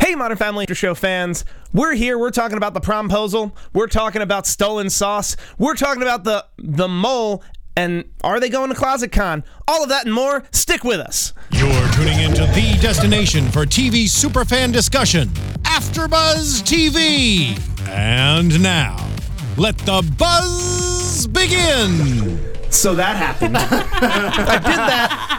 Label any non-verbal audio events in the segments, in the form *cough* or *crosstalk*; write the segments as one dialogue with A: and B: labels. A: Hey, Modern Family After Show fans. We're here. We're talking about the promposal. We're talking about stolen sauce. We're talking about the the mole. And are they going to Closet Con? All of that and more. Stick with us.
B: You're tuning into the destination for TV superfan discussion, AfterBuzz TV. And now, let the buzz begin.
A: So that happened.
C: *laughs*
A: I did that.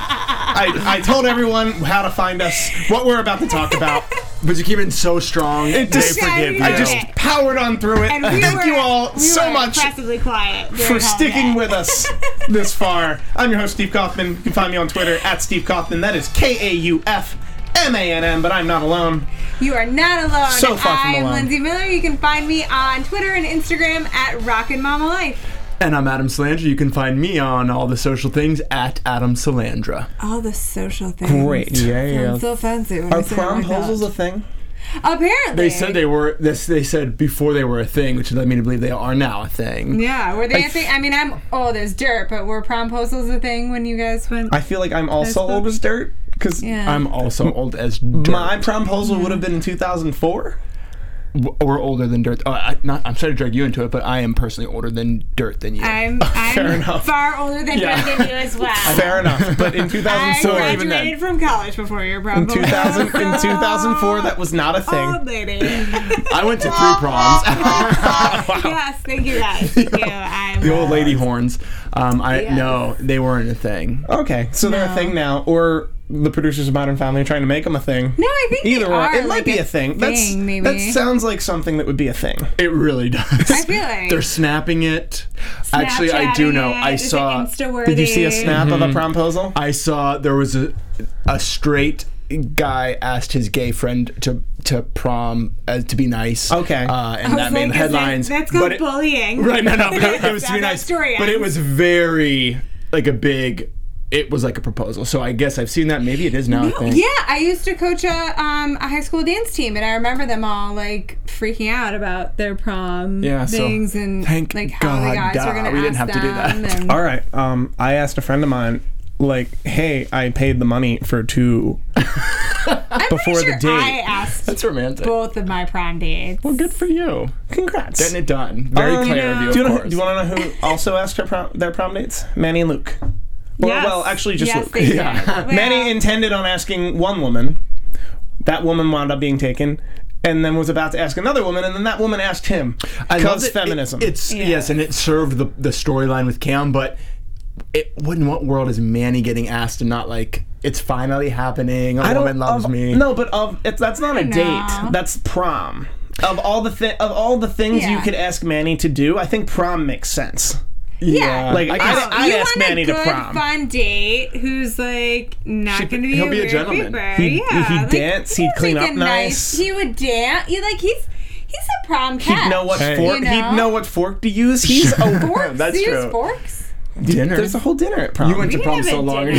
A: I, I told everyone how to find us, what we're about to talk about.
D: But you keep it so strong.
A: It just-
D: they forgive you.
A: I just powered on through it.
C: And we
A: Thank
C: were-
A: you all
C: we
A: so
C: were
A: much
C: Impressively quiet during all
A: for
C: of
A: sticking
C: that.
A: with
C: *laughs*
A: us this far. I'm your host, Steve Kaufman. You can find me on Twitter at Steve Kaufman. That is K A U F M A N N, but I'm not alone.
C: You are not alone.
A: So far from
C: I'm
A: alone.
C: Lindsay Miller. You can find me on Twitter and Instagram at Rockin' Mama Life.
D: and I'm Adam Salandra. You can find me on all the social things at Adam Salandra.
C: All the social things.
D: Yeah.
C: so fancy. When
A: Are promposals a thing?
C: Apparently.
D: They said they were. This they said before they were a thing, which led me to believe they are now a thing.
C: Yeah, were they
D: I-
C: a thing? I mean, I'm old as dirt, but were promposals a thing when you guys went?
A: I feel like I'm also
C: That's
A: old as dirt because
C: yeah.
D: I'm also old as dirt.
A: my promposal would have been in 2004.
D: W- We're older than dirt. Oh, I, not, I'm sorry to drag you into it, but I am personally older than dirt than
A: *laughs*
D: you.
C: I'm,
A: Fair
C: I'm
A: enough.
C: far older than
D: Yeah.
C: you than you as well.
A: *laughs* Fair enough, but
C: *laughs*
A: in
C: I
A: 2004, even then.
C: graduated from college before your
A: In
C: proposal.
A: 2000, in
C: *laughs*
A: 2004, that was not a
C: Old
A: thing.
C: lady.
D: I went to three proms. *laughs*
C: *laughs* Yes, thank you guys. Thank you. I'm uh,
D: the old lady horns. Um, I
C: Yes.
D: no, they weren't a thing.
A: Okay, so they're a thing now, or the producers of Modern Family are trying to make them a thing.
C: No, I think
A: Either
C: they
A: or,
C: are,
A: it might
C: like,
A: be a
C: a
A: thing.
C: thing, maybe.
A: That sounds like something that would be a thing.
D: It really *laughs* does.
C: I feel like
D: They're snapping it. Actually, I do
C: Snapchatting
D: know.
C: it.
D: I
C: Is it
D: saw.
C: Insta-worthy?
A: Did you see a snap
D: Mm-hmm.
A: of a promposal?
D: I saw there was a a straight guy asked his gay friend to to prom uh, to be nice.
A: Okay.
D: uh, and
C: I
D: that
C: was
D: made
C: like, is that-
D: headlines.
C: That's
D: but
C: called
D: it- *laughs*
C: bullying.
D: Right? No, no. But it, it was to be
C: That
D: nice.
C: story
D: But it
C: ends.
D: was very like a big. It was like a proposal. So I guess I've seen that. Maybe it is now. I think.
C: *laughs* Yeah, I used to coach a, um, a high school dance team, and I remember them all like freaking out about their prom
D: Yeah, so
C: things and
D: thank
C: like how the
D: God,
C: guys were gonna
D: we didn't have
C: ask
D: to do that.
C: them. and-
A: All right. Um, I asked a friend of mine, like, hey, I paid the money for two
C: I'm
A: before
C: pretty
A: the
C: sure
A: date.
C: I asked
D: That's romantic.
C: both of my prom dates.
D: Well, good for you.
A: Congrats.
D: Getting it done. Very
C: Oh,
A: Um,
D: clear of you,
A: do you,
D: of
A: know,
D: course.
A: do you want to know who also asked her prom, their prom dates? Manny and Luke. Or,
C: Yes.
A: Well, actually, just
C: yes,
A: Luke.
C: They yeah.
D: *laughs*
A: *laughs*
C: Did. Well,
A: Manny intended on asking one woman. That woman wound up being taken, and then was about to ask another woman, and then that woman asked him
D: I love
A: because
D: that
A: feminism.
D: it- it's yes, and it served the the storyline with Cam, but it what in what world is Manny getting asked and not like it's finally happening? A
A: I don't-
D: woman loves
A: of-
D: me.
A: No, but of it's, that's not a
C: don't
A: date.
C: know.
A: That's prom. Of all the thi- of all the things you
C: Yeah.
A: could ask Manny to do, I think prom makes sense.
C: yeah.
A: Like I,
D: guess-
A: I, I'd
C: you
A: ask
C: want
A: Manny
C: a good,
A: to prom.
C: fun date who's like not
D: She-
C: going to be
D: he'll
C: a
D: be a
C: weird
D: gentleman.
C: creeper.
A: He'd-
C: yeah,
A: he'd
C: like,
A: dance, he'd
C: he's
A: clean
C: like
A: up
C: a
A: nice.
C: He would dance. He like he's he's a prom cat.
A: He'd know what
D: Hey.
A: fork.
C: You know?
A: He'd
D: *laughs*
A: know what fork to use. He's a
C: forks.
D: That's
C: Do you use
D: true.
C: forks.
D: dinner.
A: There's a whole dinner at prom.
D: you went to
C: We
D: prom
C: didn't have
D: so
C: a
D: long. ago.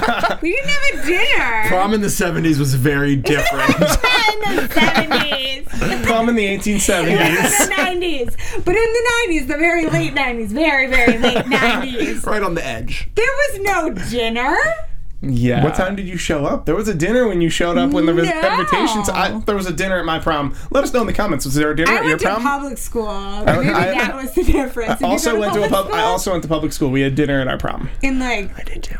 C: dinner. we didn't have a dinner.
D: *laughs* Prom in the '70s was very different.
C: *laughs* in the seventies.
A: *laughs*
D: *laughs*
A: prom in the 1870s.
C: the *laughs* nineties. But in the nineties, the very late nineties, very,
D: *laughs*
C: very late nineties.
D: right on the edge.
C: There was no dinner.
D: Yeah.
A: What time did you show up? There was a dinner when you showed up when the res-
C: No.
A: invitations. I, there was a dinner at my prom. Let us know in the comments. Was there a dinner
C: I
A: at your
C: went to
A: prom?
C: public school. Maybe
A: I-
C: that was the difference. Did you
A: also
C: go
A: went to a pub.
C: public
A: I
C: school?
A: also went to public school. We had dinner at our prom
C: in like
D: I did too.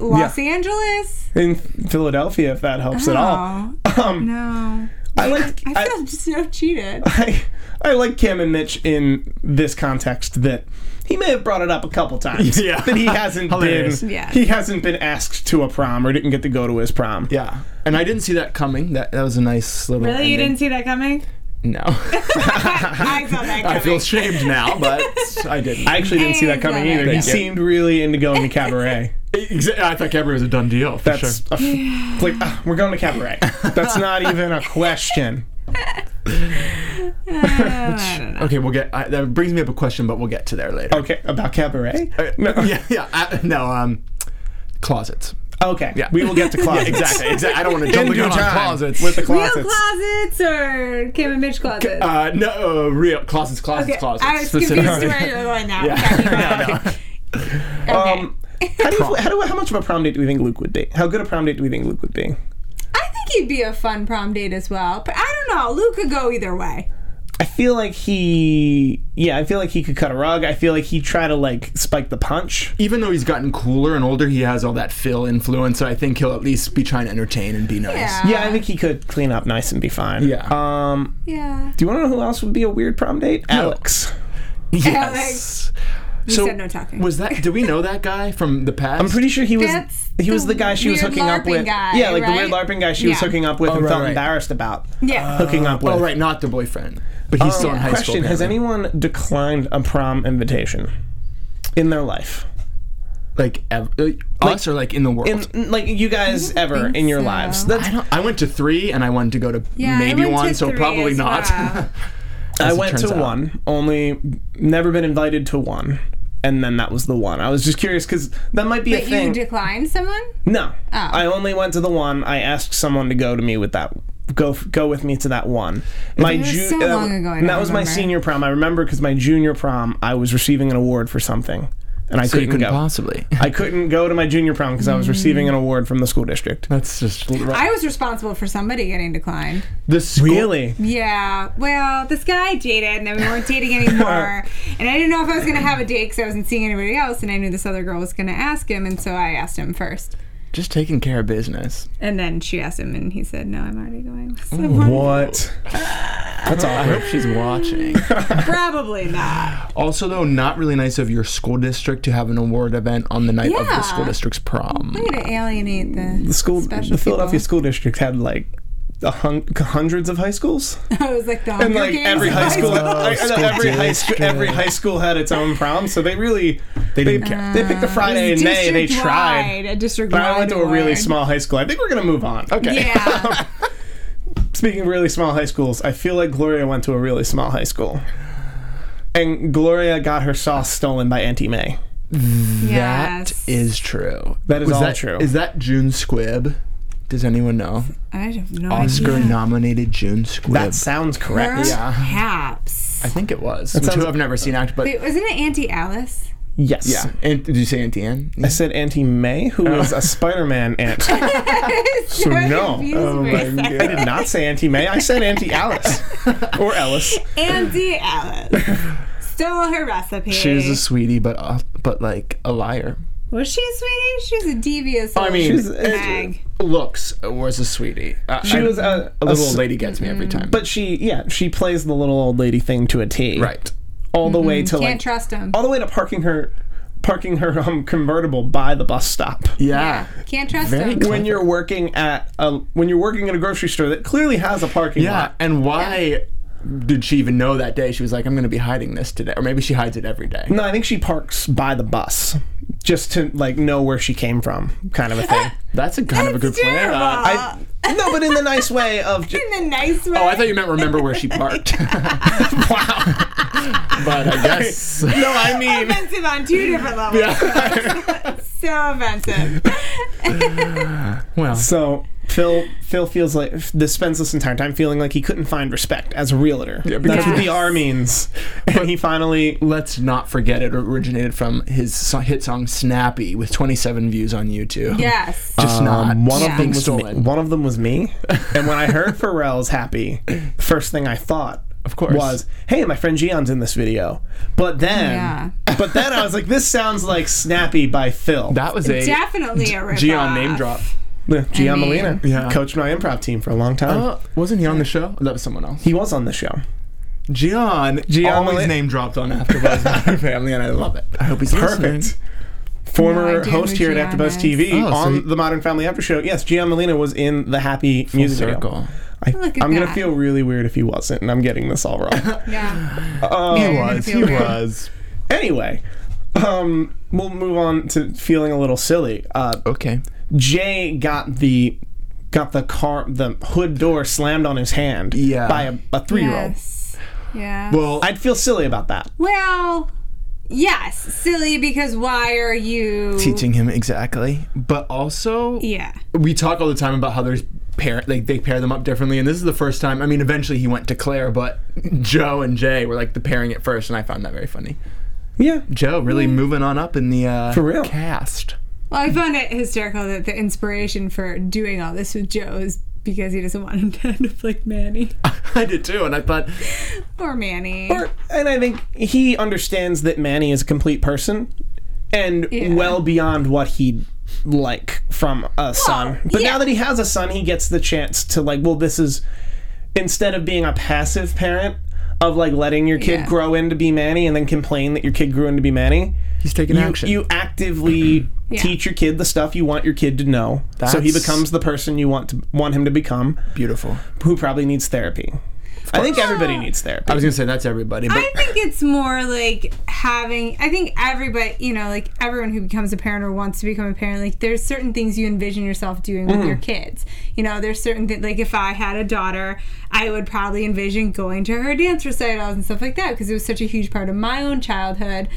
C: Los Angeles.
A: in Philadelphia, if that helps at all.
C: Oh
A: Um,
C: no,
A: I like
C: I
A: I,
C: feel so cheated.
A: I, I like Cam and Mitch in this context that he may have brought it up a couple times.
D: Yeah.
A: that he hasn't been
D: Hilarious.
C: Yeah.
A: he hasn't been asked to a prom or didn't get to go to his prom.
D: Yeah, and I didn't see that coming. That that was a nice little.
C: Really, you
D: ending.
C: didn't see that coming?
D: No, *laughs*
C: I saw that coming.
D: I feel shamed now, but I didn't.
A: I actually didn't see that
C: And
A: coming
C: brother.
A: either. He
D: Thank you.
A: seemed really into going to
C: *laughs*
A: cabaret.
D: Exa- I thought Cabaret was a done deal. For
A: That's a f- like uh, we're going to cabaret. That's not even a question.
D: Okay, we'll get I, that brings me up a question, but we'll get to there later.
A: Okay, about cabaret.
D: *laughs* No. Yeah, yeah, I, no. Um, closets.
A: Okay,
D: *laughs* Yeah.
C: *laughs*
A: we will get to closets.
D: Exactly, exactly. I don't want
A: *laughs*
D: to
A: In
D: jump the
A: due
D: gun on
A: time
D: closets.
A: with the
C: Real
A: closets.
C: closets or Kim and Mitch closets?
D: *laughs* uh, no, uh, real closets, closets,
C: Okay,
D: closets.
C: I was
D: Specific-
C: confused to where you were going now.
D: Yeah. no, no.
C: Okay.
A: Um, how do you, how do how much of a prom date do we think Luke would be? How good a prom date do we think Luke would be?
C: I think he'd be a fun prom date as well. But I don't know. Luke could go either way.
A: I feel like he, yeah, I feel like he could cut a rug. I feel like he try to like spike the punch.
D: Even though he's gotten cooler and older, he has all that Phil influence, so I think he'll at least be trying to entertain and be nice.
C: *laughs* Yeah.
A: Yeah, I think he could clean up nice and be fine.
D: Yeah.
A: Um,
C: Yeah.
A: do you want to know who else would be a weird prom date? Alex.
D: Yes.
C: You said no talking.
D: Was that? Do we know that guy from the past?
A: I'm pretty sure he was
C: That's
A: he was
C: the
A: the guy she was
C: weird
A: hooking up
C: LARPing
A: with.
C: guy,
A: yeah, like the weird
C: right?
A: LARPing guy she was
C: Yeah.
A: hooking up with and
D: Oh, right,
A: felt
D: right.
A: embarrassed about
C: yeah.
A: hooking up with.
D: Oh right, not the boyfriend, but he's still in high
A: Um, Question:
D: school.
A: Has
D: apparently.
A: anyone declined a prom invitation in their life?
D: like ev- uh, us or like in the world?
A: In like you guys ever
C: think
A: in your
C: so.
A: lives? That's
D: I don't. I went to three, and I wanted to go to
C: Yeah, I
D: maybe
C: went to
D: one, so
C: three
D: probably
C: as
D: not.
C: well.
A: I
D: it
A: went
D: turns
A: to
D: out.
A: one, only never been invited to one, and then that was the one. I was just curious because that might be a
C: But you Oh.
A: thing.
C: declined someone?
A: no, I only went to the one. I asked someone to go to me with that. Go f- go with me to that one. My
C: was
A: ju-
C: so
A: that-
C: long ago, I
A: and that
C: don't
A: was my
C: remember.
A: senior prom. I remember because my junior prom, I was receiving an award for something, and I
D: so you
A: couldn't
D: couldn't
A: go.
D: possibly.
A: I couldn't go to my junior prom because I was receiving an award from the school district.
D: That's *laughs* just
C: I was responsible for somebody getting declined.
D: the school.
A: Really?
C: Yeah. Well, this guy I dated, and then we weren't
A: *laughs*
C: dating anymore. and I didn't know if I was going to have a date because I wasn't seeing anybody else, and I knew this other girl was going to ask him, and so I asked him first.
D: Just taking care of business.
C: And then she asked him, and he said, "No, I'm already going." So
A: What? That's
D: I
A: awkward.
D: hope *laughs* she's watching.
C: probably not.
D: also, though, not really nice of your school district to have an award event on the night of the
C: Yeah.
D: school district's prom.
C: I'm going to alienate the,
A: The school,
C: special
A: the
C: *laughs*
A: Philadelphia
C: people.
A: school district had like a hun- hundreds of high schools.
C: I was like the
A: and
C: Hunger
A: like
C: Games
A: every
C: of
A: high school, I- I know
D: school
A: every high school,
D: district.
A: every high school had its own prom. So they really they
D: didn't care.
A: They picked a Friday in May. They tried.
C: district
A: But I went to a
C: *laughs*
A: really small high school. I think we're gonna move on. Okay. *laughs*
C: Yeah.
A: Speaking of really small high schools, I feel like Gloria went to a really small high school, and Gloria got her sauce stolen by Auntie May.
D: That
C: Yes.
D: is true.
A: That is
D: Was
A: all
D: that,
A: true.
D: Is that June Squibb? Does anyone know?
C: I have no
D: Oscar
C: idea.
D: nominated June Squibb.
A: That sounds correct.
C: Perhaps.
D: Uh, I think it was.
A: sounds-
D: Two I've never seen act, but
C: Wait, wasn't it Auntie Alice? *laughs*
A: Yes.
D: yeah. Oh. And did you say Auntie Anne?
A: I said Auntie May, who is a Spider-Man *laughs* aunt.
C: so
A: no.
C: confused
A: Oh
C: for a
A: my
C: second.
A: I did not say Auntie May. I said Auntie Alice or Ellis.
C: Auntie Alice
D: *laughs*
C: stole her recipe.
D: She was a sweetie, but uh, but like a liar.
C: was she a sweetie? She was a devious.
D: Oh, I
C: little
D: mean,
A: She's-
C: bag.
D: looks was a sweetie. Uh,
A: She
D: I-
A: was a,
D: a little
A: s-
D: lady gets me every time.
A: but she yeah she plays the little old lady thing to a T.
D: right,
A: All the way to
C: Can't
A: like
C: trust him.
A: all the way to parking her parking her um, convertible by the bus stop.
D: yeah,
C: Can't trust
D: Very
C: him.
D: clever.
A: When you're working at a when you're working at a grocery store that clearly has a parking
D: yeah.
A: lot.
D: And why did she even know that day? She was like, "I'm going to be hiding this today," or maybe she hides it every day.
A: No, I think she parks by the bus just to like know where she came from, kind of a thing.
D: That's a kind of a good plan.
C: terrible.
D: Uh,
A: I, no, but in the nice way of ju-
C: In the nice way.
D: oh, I thought you meant remember where she
C: *laughs*
D: parked. *laughs* wow, but I guess
A: no, I mean
C: offensive on two different levels. *laughs* so offensive.
D: well,
A: So Phil Phil feels like this spends this entire time feeling like he couldn't find respect as a realtor. That's what the R means. And he finally
D: let's not forget it originated from his so- hit song "Snappy" with 27 views on YouTube.
C: Yes.
D: *laughs* just not
A: Um, one
C: Yeah.
A: of them
D: being
A: was
D: stolen.
A: me. One of them was me. And when I
D: *laughs*
A: heard Pharrell's happy, first thing I thought of
D: course.
A: was, "Hey, my friend Gian's in this video." But then
C: Yeah.
A: but then I was like, this sounds like Snappy by Phil.
D: That was a
C: Definitely a ripoff.
D: Gian name drop.
A: Yeah, Gian
C: I mean-
A: Molina
D: Yeah.
A: coached my improv team for a long time.
D: Uh, wasn't he on the show? That was someone else.
A: he was on the show.
D: Gian,
A: Gian
D: always
A: Malit-
D: name dropped on AfterBuzz Modern Family, and I love it. I hope he's
A: Perfect. Former
C: No idea
A: host
C: who
A: here at
C: Gian
A: AfterBuzz
C: is.
A: TV
D: Oh, so
A: on
D: he-
A: the Modern Family After Show. Yes, Gian Molina was in the Happy music video.
D: Circle.
A: I,
C: Look at
A: I'm gonna
C: that.
A: feel really weird if he wasn't, and I'm getting this all
D: *laughs*
A: wrong. Um,
C: Yeah.
D: He
C: you're gonna
D: was.
C: feel
D: He
C: weird.
D: was.
A: anyway, um, we'll move on to feeling a little silly. Uh,
D: Okay.
A: Jay got the got the car the hood door slammed on his hand
D: Yeah.
A: by a, a three year old.
C: Yes. Yeah.
D: Well,
A: I'd feel silly about that.
C: Well, yes, silly because why are you
D: teaching him exactly, but also
C: Yeah,
D: we talk all the time about how there's parent like they pair them up differently, and this is the first time. I mean, eventually he went to Claire, but Joe and Jay were like the pairing at first, and I found that very funny.
A: Yeah.
D: Joe
C: Mm.
D: really moving on up in the uh,
A: For real.
D: cast. *laughs*
C: well, I found it hysterical that the inspiration for doing all this with Joe is because he doesn't want him to end up like Manny
D: I did too, and I thought,
C: or Manny.
A: Or- and I think he understands that Manny is a complete person and
C: Yeah.
A: well beyond what he'd like from a son. But
C: yeah.
A: now that he has a son, he gets the chance to like, well, this is instead of being a passive parent of like letting your kid
C: Yeah.
A: grow into be Manny and then complain that your kid grew into be Manny.
D: he's taking
A: You,
D: action.
A: you actively
C: *clears throat* Yeah.
A: teach your kid the stuff you want your kid to know, so he
D: That's-
A: becomes the person you want to want him to become,
D: Beautiful.
A: who probably needs therapy. I think everybody needs therapy.
D: I was gonna say that's everybody, but
C: I think it's more like having. I think everybody, you know, like everyone who becomes a parent or wants to become a parent, like there's certain things you envision yourself doing with your kids. You know, there's certain things. Like if I had a daughter, I would probably envision going to her dance recitals and stuff like that because it was such a huge part of my own childhood.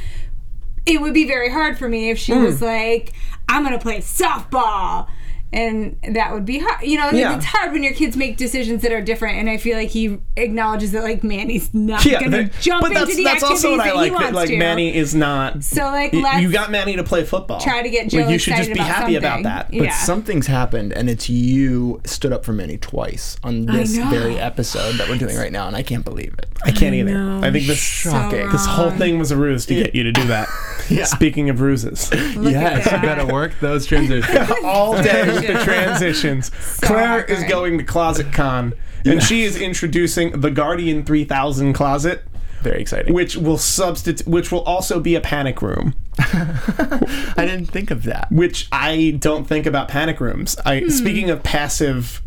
C: It would be very hard for me if she was like, "I'm gonna play softball." And that would be hard, you know. like,
A: Yeah.
C: It's hard when your kids make decisions that are different, and I feel like he acknowledges that, like, Manny's not
A: yeah,
C: gonna
A: that-
C: jump
A: but
C: into
A: that's
C: the
A: that's
C: activities
A: also what I
C: that
A: like.
C: he wants
A: That like
C: to.
A: Manny is not.
C: So like,
A: y-
C: let's
A: you got Manny to play football.
C: try to get Jill
A: Like, you should just
C: excited
A: be
C: about
A: happy
C: something.
A: about that.
C: Yeah.
A: But
D: But something's happened, and it's you stood up for Manny twice on this
C: know.
D: very episode that we're doing right now, and I can't believe it.
A: I can't either. I think this
D: Shocking.
A: this whole thing was a ruse to get you to do
C: *laughs*
A: that.
D: Yeah.
A: Speaking of ruses,
D: *laughs*
C: Look at that.
D: work those transitions.
A: all day with the transitions. Claire is
C: awkward.
A: going to Closet Con, and she is introducing the Guardian 3000 closet,
D: *laughs* very exciting.
A: which will substitute, which will also be a panic room.
D: I didn't think of that.
A: which I don't think about panic rooms. I speaking of passive,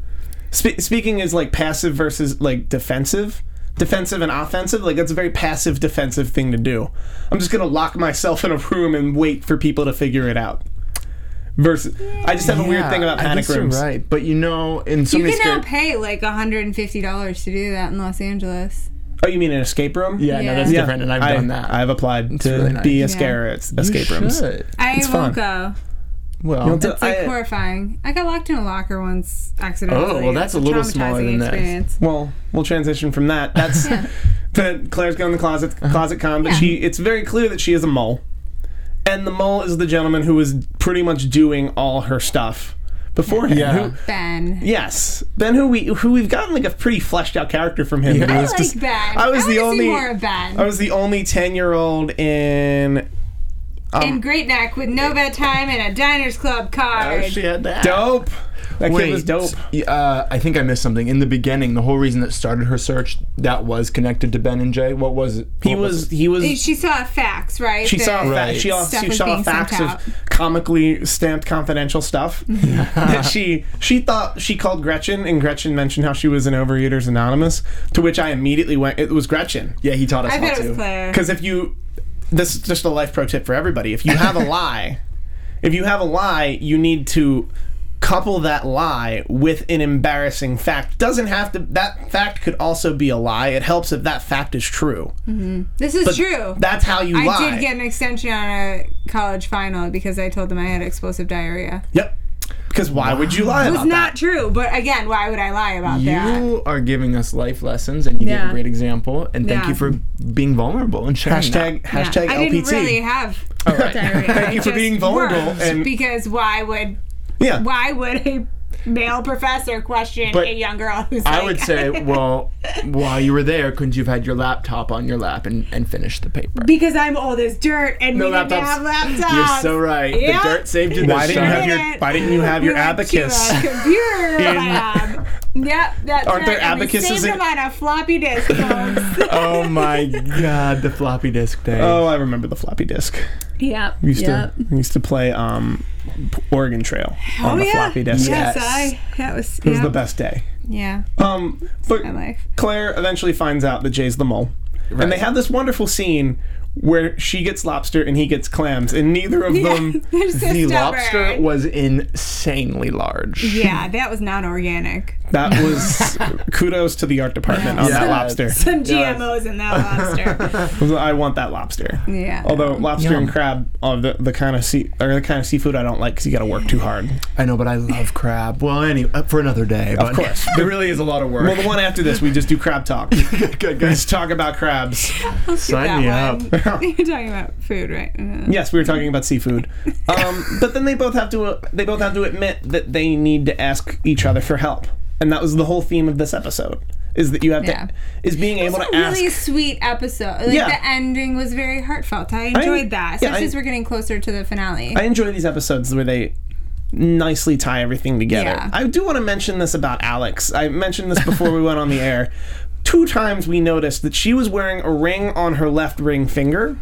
A: spe- speaking is like passive versus like defensive, defensive and offensive. Like that's a very passive defensive thing to do. I'm just gonna lock myself in a room and wait for people to figure it out. Versus, I just have a weird
D: Yeah,
A: thing about
D: I
A: panic
D: guess you're
A: rooms.
D: right? But you know, in so
C: You
D: many
C: can now
D: scary,
C: pay like 150 dollars to do that in Los Angeles.
A: Oh, you mean an escape room?
D: yeah,
C: Yeah.
D: no, that's
C: Yeah.
D: different, and I've
A: I-
D: done that.
A: I've applied to
D: really nice.
A: be
D: Yeah.
A: a scare at
D: You
A: escape rooms.
D: should.
C: I
A: It's fun.
C: won't go.
D: Well,
A: do-
C: It's like
A: I- uh,
C: horrifying. I got locked in a locker once accidentally.
D: Oh, well, that's
C: It's
D: a little smaller
C: traumatizing
D: than this.
C: experience.
A: well, we'll transition from
C: *laughs*
A: that. That's the Claire's going to the closet closet con, but
C: Uh-huh. Yeah.
A: she it's very clear that she is a mole. And the mole is the gentleman who was pretty much doing all her stuff beforehand.
D: Yeah.
A: Who-
C: Ben.
A: yes. Ben who we who we've gotten like a pretty fleshed out character from him.
D: Yeah.
A: Who
C: I
A: was
C: like
A: just-
C: Ben.
A: I was the
C: wanna
A: only-
C: see more of Ben.
A: I was the only ten year old
C: Uh,
A: in
C: in Great Neck with no bedtime and a Diners Club card.
D: oh, she had that.
A: Dope. That
D: Wait,
A: kid was dope.
D: s- y- Uh, I think I missed something. In the beginning, the whole reason that started her search that was connected to Ben and Jay. What was it?
A: He
D: What
A: was he was
C: she saw a fax, right?
A: she
C: that-
A: saw, a fa-
D: Right.
A: she, also,
C: Stuff
A: she
C: was
A: saw a
C: being sent
A: fax
C: out.
A: of comically stamped confidential
C: *laughs*
A: stuff that she she thought she called Gretchen and Gretchen mentioned how she was in Overeaters Anonymous to which I immediately went it was Gretchen
D: Yeah, he taught us
C: I
D: how
C: bet it
D: to.
C: was Claire.
A: because if you this is just a life pro tip for everybody if you have
C: *laughs*
A: a lie if you have a lie you need to couple that lie with an embarrassing fact doesn't have to that fact could also be a lie it helps if that fact is true
C: This is
A: But
C: true.
A: that's how you lie
C: I did get an extension on a college final because I told them I had explosive diarrhea.
A: Yep. Because why would you lie
C: It was
A: about
C: not true, but again, why would I lie about that?
D: You are giving us life lessons, and you gave
C: Yeah.
D: a great example. And thank
C: Yeah.
D: you for being vulnerable and sharing.
A: that? Hashtag
C: Yeah.
A: hashtag
C: I
A: LPT.
C: didn't really have diarrhea.
A: *laughs* Thank you for being vulnerable and-
C: because why would
A: yeah.
C: why would a male professor question
D: But
C: a young girl who's
D: I
C: like,
D: would say, well, while you were there, couldn't you have had your laptop on your lap and, and finished the paper?
C: *laughs* because I'm old as dirt and we didn't have laptops.
D: You're so right.
C: Yeah.
D: The dirt saved you.
A: Why
D: this
A: didn't you
D: time.
A: have *laughs* your
C: Didn't.
A: Why didn't you have your
C: we went
A: abacus?
C: To a
A: *laughs*
C: computer lab. Yep, that's
A: Aren't
C: right.
A: there
C: and we
A: abacuses
C: saved
A: in-
C: them on a floppy disk, folks.
A: *laughs*
C: *laughs*
D: Oh my God, the floppy disk day.
A: Oh, I remember the floppy disk.
C: yep. Oh,
A: We used to we used to play um, P- Oregon Trail on the floppy disk.
C: Yes,
D: Yes.
C: I. That was.
A: It was
C: yeah.
A: the best day.
C: Yeah,
A: Um, but *laughs*
C: my life.
A: Claire eventually finds out that Jay's the mole, and they have this wonderful scene where she gets lobster and he gets clams, and neither
C: *laughs*
A: of them.
C: They're so
D: the
C: stubborn.
D: lobster was insanely large.
C: Yeah, that was
A: *laughs*
C: not organic.
A: That was kudos to the art department on that
D: Yeah.
A: lobster.
C: Some GMOs in
A: *laughs*
C: that lobster.
A: I want that lobster.
C: Yeah.
A: Although lobster
D: Yum.
A: and crab are the, the kind of sea or the kind of seafood I don't like because you got to work too hard.
D: I know, but I love crab. Well, anyway, up for another day. Of *laughs*
A: course.
D: there really is a lot of work.
A: Well, the one after this, we just do crab
C: *laughs*
A: talk.
D: *laughs* good, good, good.
A: Let's talk about crabs.
D: Sign me up.
C: me up. *laughs* You're talking about food, right? Uh,
A: Yes, we were talking about seafood, um, but then they both have to uh, they both have to admit that they need to ask each other for help. and that was the whole theme of this episode. Is that you have
C: Yeah.
A: to is being
C: It
A: able
C: was
A: to
C: a really
A: ask.
C: sweet episode. Like
A: Yeah.
C: the ending was very heartfelt. I enjoyed that,
A: yeah,
C: especially
A: I-
C: as we're getting closer to the finale.
A: I enjoy these episodes where they nicely tie everything together.
C: Yeah.
A: I do want to mention this about Alex. I mentioned this before we went on the air. Two times we noticed that she was wearing a ring on her left ring finger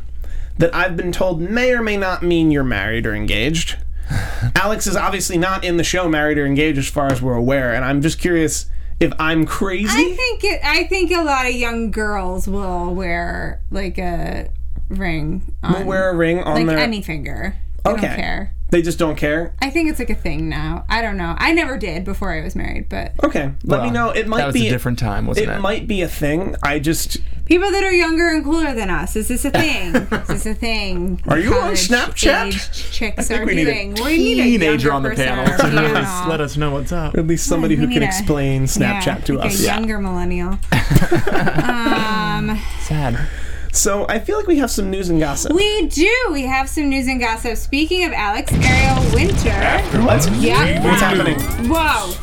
A: that I've been told may or may not mean you're married or engaged.
C: *laughs*
A: Alex is obviously not in the show married or engaged as far as we're aware, and I'm just curious if I'm crazy.
C: I think it, I think a lot of young girls will wear like a ring on
A: wear a ring on
C: like
A: their
C: any finger. They
A: Okay.
C: don't care.
A: They just don't care.
C: I think it's like a thing now. I don't know. I never did before I was married, but
A: Okay, let me know. It might
D: that was
A: be
D: a different time, wasn't it?
A: It might be a thing. I just
C: people that are younger and cooler than us, is this a thing? is this a
D: *laughs*
C: thing?
A: Are you on
C: College
A: Snapchat?
C: aged Chicks
D: think
C: are
D: we need a
C: doing. we need a
D: teenager
C: younger
D: on the
C: person
D: panel
C: or
D: to
C: a
D: really
C: millennial.
D: let us know what's up.
A: at least somebody
C: We
A: who can
C: need a-
A: explain Snapchat
C: yeah,
A: to
C: like
A: us.
C: A younger millennial. um,
D: Sad.
A: So I feel like we have some news and gossip.
C: we do. We have some news and gossip. Speaking of Alex Ariel Winter.
A: Let's
C: Yeah.
A: What's happening?
C: Whoa.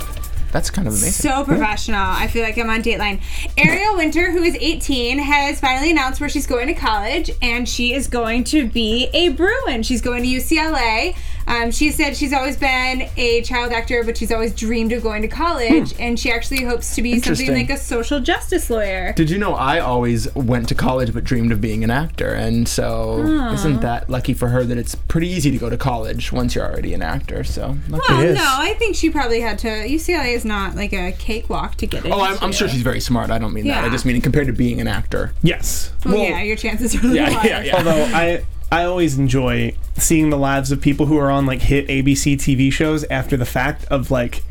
D: That's kind of amazing. Hmm.
C: So professional. I feel like I'm on Dateline. Ariel Winter, who is 18, has finally announced where she's going to college, and she is going to be a Bruin. She's going to UCLA. Um, she said she's always been a child actor, but she's always dreamed of going to college,
D: Hmm.
C: and she actually hopes to be something
A: Interesting.
C: like a social justice lawyer.
D: Did you know I always went to college but dreamed of being an actor? And so, isn't that lucky for her that it's pretty easy to go to college once you're already an actor? So, lucky.
C: Well,
A: is.
C: no, I think she probably had to. UCLA is not like a cakewalk to get into.
D: oh, I'm, I'm sure she's very smart. I don't mean that. I
C: Yeah.
D: just mean compared to being an actor.
A: Yes.
C: Well, Oh, yeah, your chances are really *laughs*
D: Yeah,
C: high.
D: yeah, yeah.
A: although I I always enjoy seeing the lives of people who are on like hit ABC TV shows after the fact of like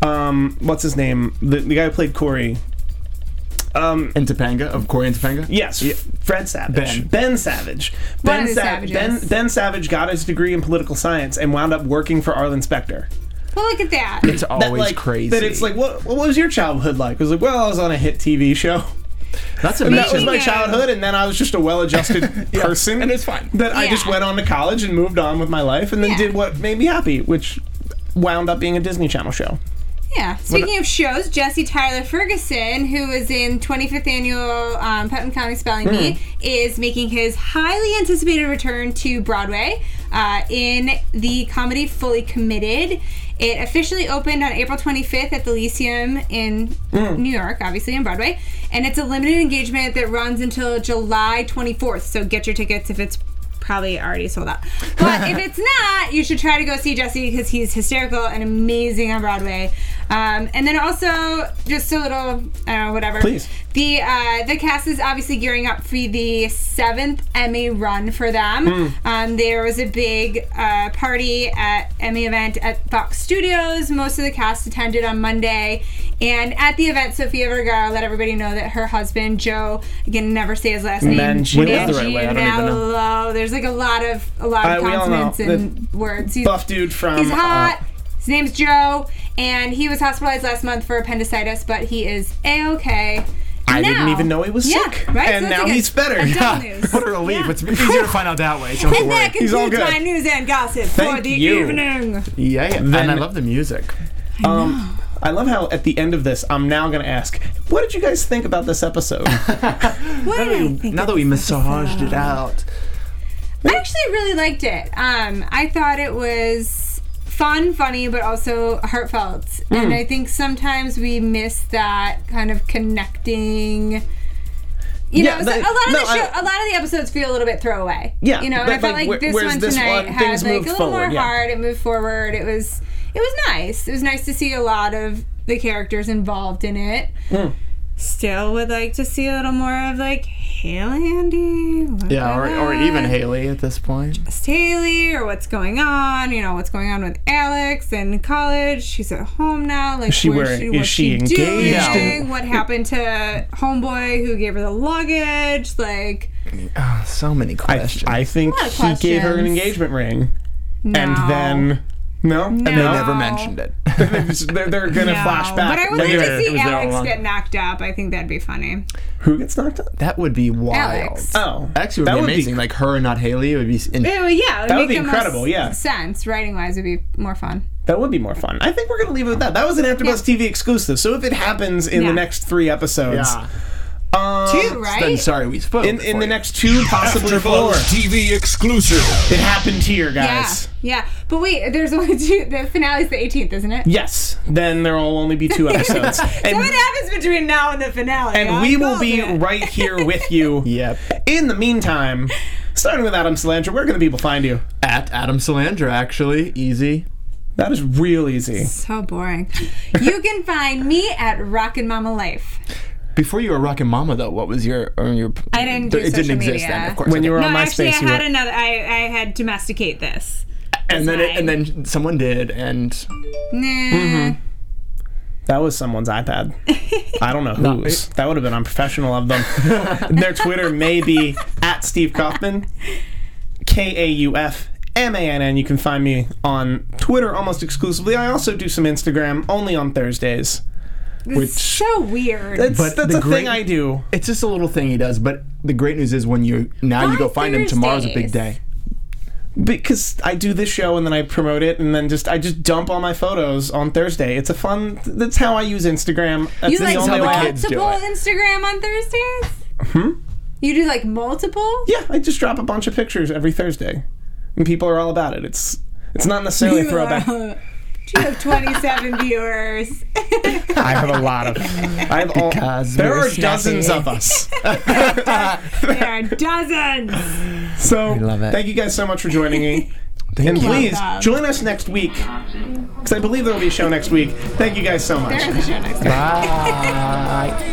A: um what's his name? The the guy who played Corey.
D: And Topanga, of Corey and Topanga.
A: Yes, Fred Savage.
D: Ben.
A: Savage.
C: One
A: ben
C: of the
A: Savage. Ben,
C: Savages.
A: ben Savage got his degree in political science and wound up working for Arlen Specter.
C: Well, look at that.
D: It's always
A: like,
D: crazy.
A: That it's like, what, what was your childhood like? It was like, well, I was on a hit TV show.
D: that's
A: And that was
D: amazing.
A: my
C: Oh, Yeah.
A: childhood, and then I was just a
C: *laughs*
A: well-adjusted person,
D: and it's fine.
A: That I just
C: Yeah.
A: went on to college and moved on with my life, and then
C: Yeah.
A: did what made me happy, which wound up being a Disney Channel show.
C: Yeah. Speaking of shows, Jesse Tyler Ferguson, who is in 25th annual um, Putnam County Spelling Bee, is making his highly anticipated return to Broadway uh, in the comedy Fully Committed. It officially opened on April 25th at the Lyceum in New York, obviously, on Broadway. And it's a limited engagement that runs until July 24th. So get your tickets if it's probably already sold out. But if it's not, you should try to go see Jesse because he's hysterical and amazing on Broadway. Um, and then also, just a little, I don't know, whatever.
A: Please.
C: The uh, the cast is obviously gearing up for the seventh Emmy run for them.
D: Hmm.
C: Um, there was a big uh, party at Emmy event at Fox Studios. Most of the cast attended on Monday, and at the event, Sofia Vergara let everybody know that her husband Joe, again, never say his last name.
A: Mangione. Wait, that's
D: the right way. I don't even know.
C: Manganiello. There's like a lot of a lot of
A: Uh, we all know.
C: consonants and words. He's,
A: Buff dude from
C: he's hot.
A: uh,
C: His name's Joe, and he was hospitalized last month for appendicitis, but he is a okay.
A: I didn't even know he was
C: yeah,
A: sick,
C: right? So
A: and
C: that's
A: now
C: like a-
A: he's better.
C: a
A: *laughs* Yeah.
C: dumb news.
D: What a relief. It's easier to find out that way. Don't
C: And that
D: worry.
A: He's all
C: concludes
A: good.
C: my news and gossip
A: Thank
C: for the
A: you.
C: evening.
D: Yeah, yeah.
A: Then-
D: and I love the music.
A: Um, I love how at the end of this, I'm now going to ask, what did you guys think about this episode?
C: What did I think?
D: Now that we massaged it out,
C: I actually really liked it. Um, I thought it was fun, funny, but also heartfelt.
A: Hmm.
C: And I think sometimes we miss that kind of connecting. You
A: Yeah,
C: know, so
A: but-
C: a lot of
A: no,
C: the show,
A: I-
C: a lot of the episodes feel a little bit throwaway.
A: Yeah,
C: you know, and
A: but
C: I felt
A: like,
C: like,
A: where-
C: this
A: where's
C: one
A: this
C: tonight
A: one?
C: had
A: Things
C: like a
A: moved
C: little more
A: forward, yeah.
C: heart. It moved forward. It was, it was nice. It was nice to see a lot of the characters involved in it.
A: Hmm.
C: Still, would like to see a little more of like Hail Andy.
D: yeah, or, or even
C: whatever.
D: Haley at this point.
C: Haley or what's going on, you know, what's going on with Alex and college. She's at home now. Like,
A: she wearing-
C: where's she,
A: is
C: what's
A: she engaged
C: Doing?
D: and-
C: what happened to homeboy who gave her the luggage? Like,
D: Ah, So many
A: I,
D: questions.
A: I think
C: lot of
A: he gave her an
C: questions.
A: engagement ring,
C: no.
A: and then no, and
C: No.
D: they *laughs* never mentioned it.
A: *laughs* they're, they're gonna
C: No.
A: flash back.
C: But I would like
A: later.
C: to
D: It
C: see
D: was there all
C: Alex
D: along.
C: get knocked up. I think that'd be funny.
A: Who gets knocked up?
D: that would be wild.
C: Alex.
A: Oh,
D: Actually, it
A: that
D: would be amazing.
A: Be,
D: like her and not Haley would be. In-
C: It would- yeah, it
A: That would
C: make
A: be
C: the most
A: incredible, yeah.
C: sense writing wise would be more fun.
A: That would be more fun. I think we're going to leave it with that. That was an AfterBuzz TV exclusive. So if it happens in
C: Yeah.
A: the next three episodes,
D: Yeah.
C: Two,
D: Um, Then
C: right?
D: sorry we spoke.
A: in, in
D: for
A: the
D: you.
A: next two, possibly four,
E: AfterBuzz TV exclusive.
A: it happened here, guys.
C: Yeah, yeah. But wait, there's only two. The finale's the 18th, isn't it?
A: Yes, then there will only be
C: *laughs*
A: two episodes, and,
C: What happens between now and the finale?
A: and
C: I
A: we will
C: called
A: be
C: it.
A: right
C: *laughs*
A: here with you.
D: Yep.
A: In the meantime, starting with Adam Cilantro, where can the people find you?
D: At Adam Salandra, actually. Easy.
A: That is real easy.
C: So boring. you can find me at Rockin' Mama Life.
D: Before you were rocking Mama, though, what was your. Or your
C: I didn't do
D: It didn't
C: social
D: exist
C: media.
D: then, of course.
A: When you were
C: No,
A: on
C: actually,
A: MySpace,
C: I
A: you
C: had
A: were-
C: another. I, I had domesticate this.
D: And then, it,
C: Design.
D: and then someone did, and
C: Nah.
A: that was someone's
C: *laughs*
A: iPad. I don't know whose. That would have been unprofessional of
D: *laughs*
A: them. Their Twitter may be at Steve Kaufman, K A U F M A N N. You can find me on Twitter almost exclusively. I also do some Instagram only on Thursdays.
C: This is so weird.
A: That's,
D: But
A: that's
D: the
A: a
D: great-
A: thing I do.
D: it's just a little thing he does. But the great news is when you now you
C: Why
D: go find him. Tomorrow's a big
C: Thursdays?
D: day.
A: because I do this show and then I promote it and then just I just dump all my photos on Thursday. It's a fun. That's how I use Instagram. That's
C: you
A: the
C: like
A: only
D: how the
A: way. I-
D: kids do
C: multiple
D: it.
C: Instagram on Thursdays? Hmm? You do like multiple?
A: yeah, I just drop a bunch of pictures every Thursday, and people are all about it. It's it's not necessarily a
C: You are-
A: throwback.
C: You have 27 viewers.
A: I have a lot of.
C: *laughs*
A: I have all,
D: Because
A: there
D: we're
A: are
D: snappy.
A: dozens of us.
C: There are dozens.
A: So
D: love it.
A: thank you guys so much for joining
C: *laughs*
A: me. and
D: you.
A: please
C: Welcome.
A: join us next week because I believe there will be a show next week. Thank you guys so much.
C: There's a show next time. *laughs*
D: Bye.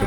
F: The